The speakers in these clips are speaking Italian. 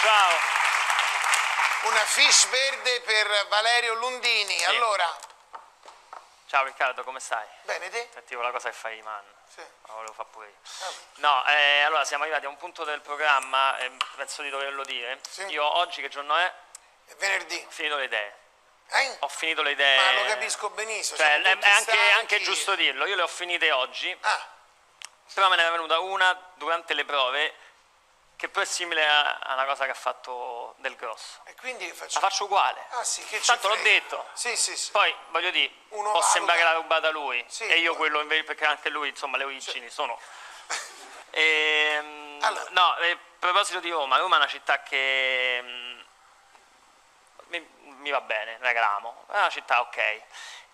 Ciao. Una fish verde per Valerio Lundini. Allora, Ciao Riccardo, come stai? bene te? Sentivo la cosa che fai, man. Sì. Ma volevo fare pure io. No, eh, allora siamo arrivati a un punto del programma, eh, penso di doverlo dire. Sì. Io oggi che giorno è? Venerdì. Ho finito le idee. Eh? Ho finito le idee. Ma lo capisco benissimo. Cioè, siamo è, tutti è anche, è anche stanchi. giusto dirlo, io le ho finite oggi, Ah, però me ne è venuta una durante le prove che poi è simile a, a una cosa che ha fatto Del Grosso. e quindi che La facciamo? faccio uguale. Ah sì, che ci Tanto l'ho frega. detto. Sì, sì, sì. Poi, voglio dire, Uno può valuta. sembrare l'ha rubata lui Sì, e io poi- quello invece, perché anche lui, insomma, le origini sono... Ehm, Allora. No, eh, a proposito di Roma, Roma è una città che mm, mi, mi va bene, la amo, è una città ok.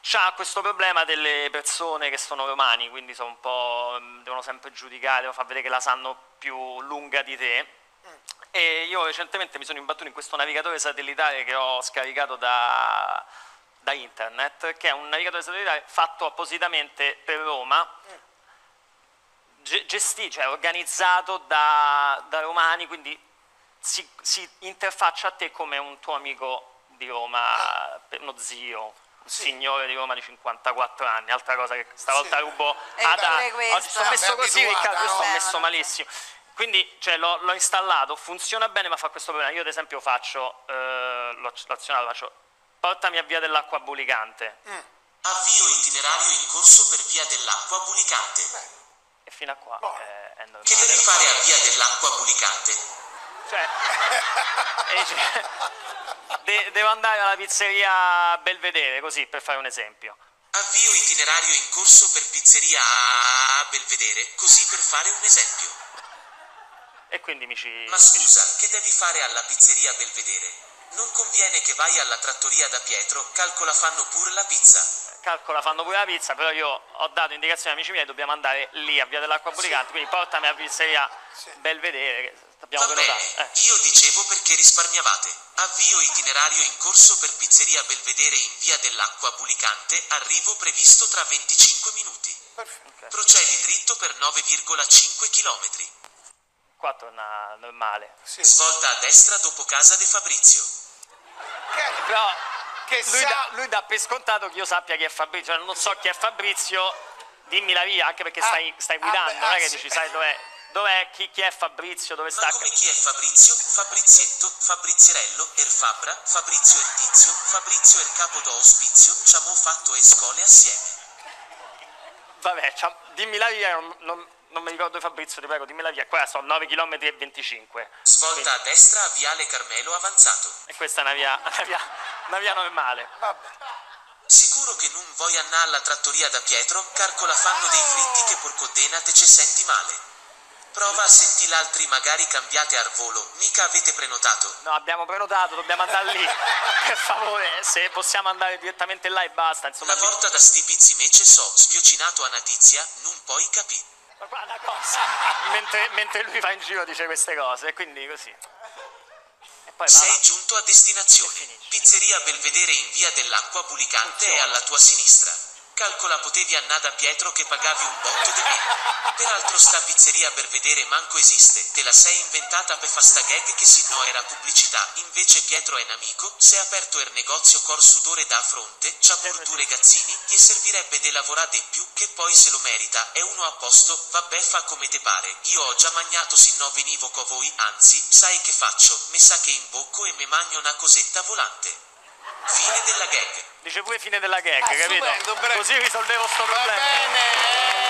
C'ha questo problema delle persone che sono romani, quindi sono un po', mm, devono sempre giudicare, devono far vedere che la sanno più lunga di te. E io recentemente mi sono imbattuto in questo navigatore satellitare che ho scaricato da, da internet, che è un navigatore satellitare fatto appositamente per Roma, ge- gestito, cioè organizzato da, da romani, quindi si, si interfaccia a te come un tuo amico di Roma, per- uno zio. un Sì. Signore di Roma di 54 anni, altra cosa che stavolta Sì. rubo Eh, E ad pure questo. Ah, Oggi sono Vabbè, messo così, abituata, Riccardo, no? sto Vabbè, messo vabbè. malissimo. Quindi cioè, l'ho, l'ho installato, funziona bene, ma fa questo problema. Io, ad esempio, faccio, eh, l'ho, l'ho azionato, faccio portami a via dell'acqua bulicante. Mm. Avvio itinerario in corso per via dell'acqua bulicante. E fino a qua Buono. eh, è normale. Boh. Che devi fare a via dell'acqua bulicante? Cioè, e dice, de- devo andare alla pizzeria Belvedere, così per fare un esempio. Avvio itinerario in corso per pizzeria a Belvedere, così per fare un esempio. E quindi mi ci. Ma scusa, che devi fare alla pizzeria Belvedere? Non conviene che vai alla trattoria da Pietro, calcola fanno pure la pizza. calcola fanno pure la pizza, però io ho dato indicazioni agli amici miei, dobbiamo andare lì a Via dell'Acqua Bulicante, quindi portami alla pizzeria Sì. Belvedere, che abbiamo Va prenotato. bene, Eh, io dicevo perché risparmiavate. Avvio itinerario in corso per pizzeria Belvedere in via dell'acqua bulicante, arrivo previsto tra 25 minuti. perfetto. Procedi dritto per 9,5 km. qua torna normale. Sì. Svolta a destra dopo casa De Fabrizio. Che- Però Che lui, sa- dà, lui dà per scontato che io sappia chi è Fabrizio, cioè non so chi è Fabrizio, dimmi la via, anche perché Ah, stai, stai ah, guidando, beh, non è ah, che sì. dici, sai dov'è, dov'è, chi, chi è Fabrizio, dove Ma sta... come chi è Fabrizio, Fabrizietto, Fabrizierello, Erfabra, Fabrizio Ertizio, Fabrizio Ercapo do Ospizio, c'amo fatto e scole assieme. Vabbè, c'ha- dimmi la via, non, non- non mi ricordo Fabrizio, ti prego, dimmi la via, qua sono 9 km e 25. Svolta a destra a Viale Carmelo Avanzato. E questa è una via, una via, una via normale. Vabbè. Sicuro che non vuoi annà alla trattoria da Pietro, carcola fanno dei fritti che porcodena te ce senti male. Prova a senti l'altri magari cambiate al volo, mica avete prenotato. No, abbiamo prenotato, dobbiamo andare lì. per favore, se possiamo andare direttamente là e basta. Insomma, La di- volta da sti pizzi mece so, sfiocinato a Natizia, non poi capì. Ma guarda una cosa. Mentre, mentre lui va in giro dice queste cose, quindi così. E poi va. Sei giunto a E destinazione. finisce. Pizzeria Belvedere in via dell'acqua bulicante è alla tua sinistra. Calcola potevi annada Pietro che pagavi un botto di meno. Peraltro sta pizzeria Belvedere manco esiste. Te la sei inventata per fa sta gag che si no era pubblicità. Invece Pietro è un amico, se è aperto il negozio cor sudore da fronte, c'ha pur due ragazzini, gli servirebbe de lavorare de più che poi se lo merita. È uno a posto, vabbè fa come te pare. Io ho già magnato sin no venivo co voi, anzi, sai che faccio? Me sa che in bocco e me magno una cosetta volante. Fine della gag. Dice pure fine della gag, Ah, capito? stupendo, bravo. Così risolvevo sto Va problema. bene.